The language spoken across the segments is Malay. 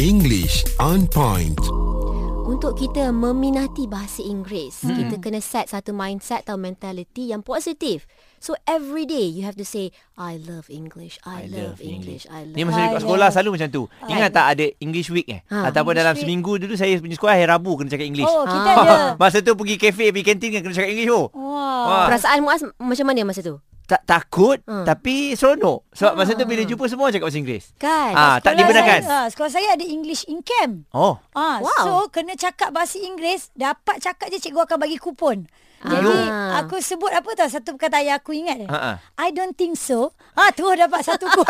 English on point. Untuk kita meminati bahasa Inggeris, hmm. kita kena set satu mindset atau mentality yang positif. So every day you have to say I love English, I, I love, love English, I love. Ni masa dekat sekolah selalu macam tu. Ingat tak ada English week eh? Ha, Ha, Ataupun English dalam week. seminggu dulu saya punya sekolah hari Rabu kena cakap English. Oh, kita Ah. ada. masa tu pergi kafe, pergi kantin kena cakap English oh. Wah. Perasaan Muaz macam mana masa tu? Tak takut Ha. tapi seronok. Sebab masa tu bila jumpa semua cakap bahasa Inggeris. Kan? Ah, tak Sekolah dibenarkan. Saya, ah, sekolah saya ada English in camp. Oh. Ah, Wow. wow. So kena cakap bahasa Inggeris Dapat cakap je cikgu akan bagi kupon Jadi Ah. aku sebut apa tau Satu perkataan yang aku ingat Ha, ha. I don't think so ah, Terus dapat satu kupon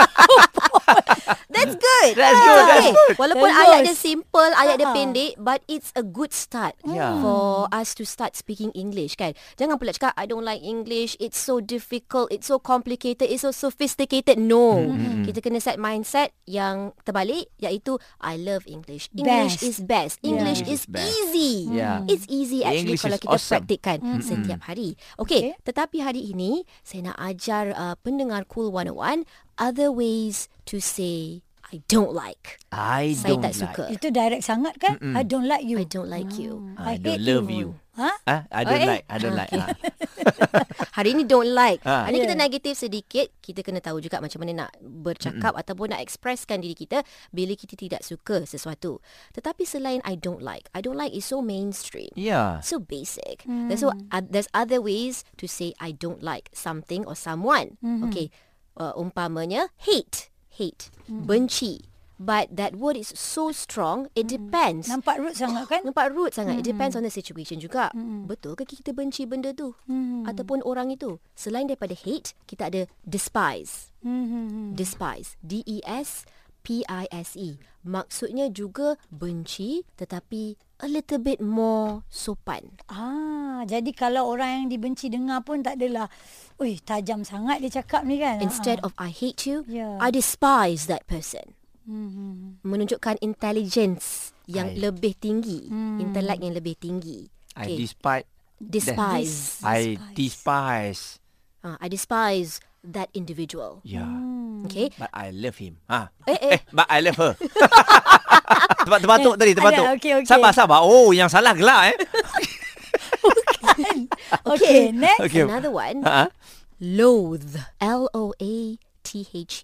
Ah, That's good. That's good, that's Okay. good. Walaupun Bagus. ayat dia simple, ayat dia Ha-ha. pendek, but it's a good start Yeah. for us to start speaking English kan. Jangan pula cakap I don't like English, it's so difficult, it's so complicated, it's so sophisticated. No. Mm-hmm. Kita kena set mindset yang terbalik iaitu I love English. English Best. is best. English Yeah. is Best. easy. Yeah. It's easy actually English kalau is kita awesome. praktikkan setiap hari. Okay, tetapi hari ini saya nak ajar uh, pendengar Cool 101 other ways to say I don't like. I Saya don't tak like. suka. Itu direct sangat kan Mm-mm. I don't like you I don't like you. I I don't hate love you. you. Ha? Ah, I don't Oh, eh. like. I don't like. Ah. Hari ini don't like. Ah. Hari ini kita Yeah. negatif sedikit, kita kena tahu juga macam mana nak bercakap mm ataupun nak expresskan diri kita bila kita tidak suka sesuatu. Tetapi selain I don't like, I don't like is so mainstream. Yeah. So basic. There's so uh, there's other ways to say I don't like something or someone. Okay. Uh, umpamanya hate, hate, benci. But that word is so strong. It depends. Nampak rude sangat kan Nampak rude sangat. It depends on the situation juga. Betul ke kita benci benda tu? Ataupun orang itu? Selain daripada hate, kita ada despise. Despise. E D-E-S P-I-S-E. E. Maksudnya juga benci tetapi a little bit more sopan. Ah, Jadi kalau orang yang dibenci dengar pun tak adalah Ui tajam sangat dia cakap ni kan Instead of I hate you, Yeah. I despise that person. Menunjukkan intelligence yang I- lebih tinggi. Intellect yang lebih tinggi. I despise. despise. I despise. Uh, I despise that individual. Yeah. Okay. But I love him. Ah. Eh, eh. But I love her. Tempat terbatuk tadi, terbatuk. ada, okey, okey. Sabar, sabar. Oh, yang salah gelak eh. Ah. Okay, next Okey. Another one. Ha. Loathe. L-O-A-T-H-E.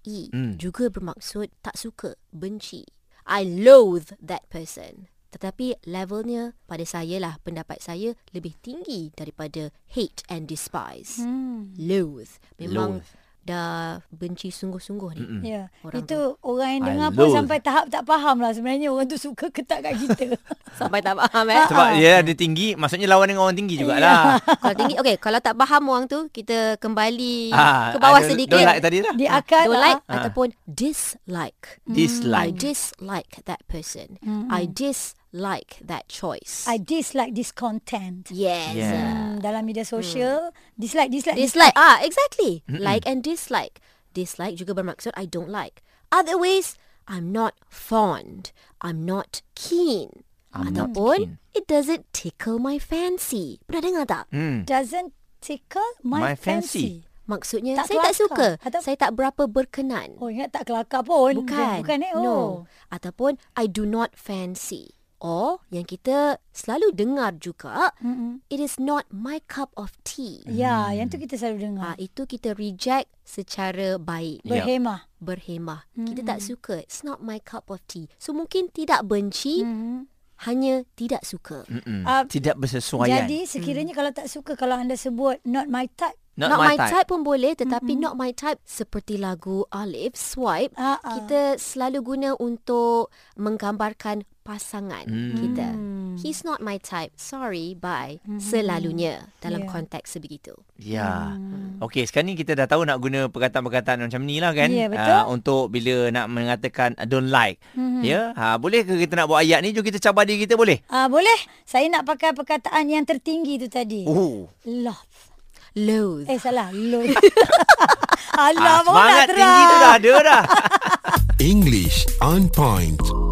E. Hmm. Juga bermaksud tak suka, benci. I loathe that person. Tetapi levelnya pada saya lah, pendapat saya lebih tinggi daripada hate and despise. Hmm. Loathe. Memang Loathe. dah benci sungguh-sungguh ni. Mm-mm. Ya, Hmm. Orang orang itu orang yang I dengar pun loathe. sampai tahap tak faham lah sebenarnya orang tu suka ke tak kat kita. Sampai tak faham eh. Sebab ya- dia ada tinggi, maksudnya lawan dengan orang tinggi jugalah. kalau tinggi, okay. Kalau tak faham orang tu, kita kembali Ya. Ah, ke bawah I don't- sedikit. Don't like tadi lah. Dia akan don't like ah, ataupun dislike. I Hmm. Dislike. dislike that person. I dislike that choice. I dislike this content. yes. Yeah. Hmm, dalam media sosial dislike dislike. dis- Dislike. Ah, exactly. Like and dislike. Dislike juga bermaksud I don't like. Other ways, I'm not fond. I'm not keen. I'm not ataupun it doesn't tickle my fancy. Pernah dengar tak? Mm. doesn't tickle My my, fancy. Maksudnya Tak saya tak kelakar. suka. Atau- Saya tak berapa berkenan. Oh ingat tak kelakar pun. Bukan. Bukan eh. Oh. No. Ataupun I do not fancy. Or yang kita selalu dengar juga, Mm-mm. it is not my cup of tea. Ya, yang tu kita selalu Ah, dengar. itu kita reject secara baik, Ya. Berhemah. berhemah. Kita tak suka. It's not my cup of tea. So mungkin tidak benci, hanya tidak suka. Mm. Ah, Tidak bersesuaian. Jadi sekiranya kalau tak suka kalau anda sebut not my type. not, my, type. pun boleh tetapi mm-hmm. not my type seperti lagu Alif Swipe Ah, ah. kita selalu guna untuk menggambarkan pasangan kita. Hmm. He's not my type. Sorry, bye. Selalunya dalam Yeah. konteks sebegitu. Ya. Hmm. Okey, sekarang ni kita dah tahu nak guna perkataan-perkataan macam ni lah kan. Ya, betul. Ah, untuk bila nak mengatakan I don't like. Hmm. Ya. Ha, boleh ke kita nak buat ayat ni? Jom kita cabar diri kita boleh? Ah boleh? Saya nak pakai perkataan yang tertinggi tu tadi. Oh. Love. Loathe. Eh salah, love. Alah, Ah, baru nak semangat tinggi terang. tu dah ada dah. English on point.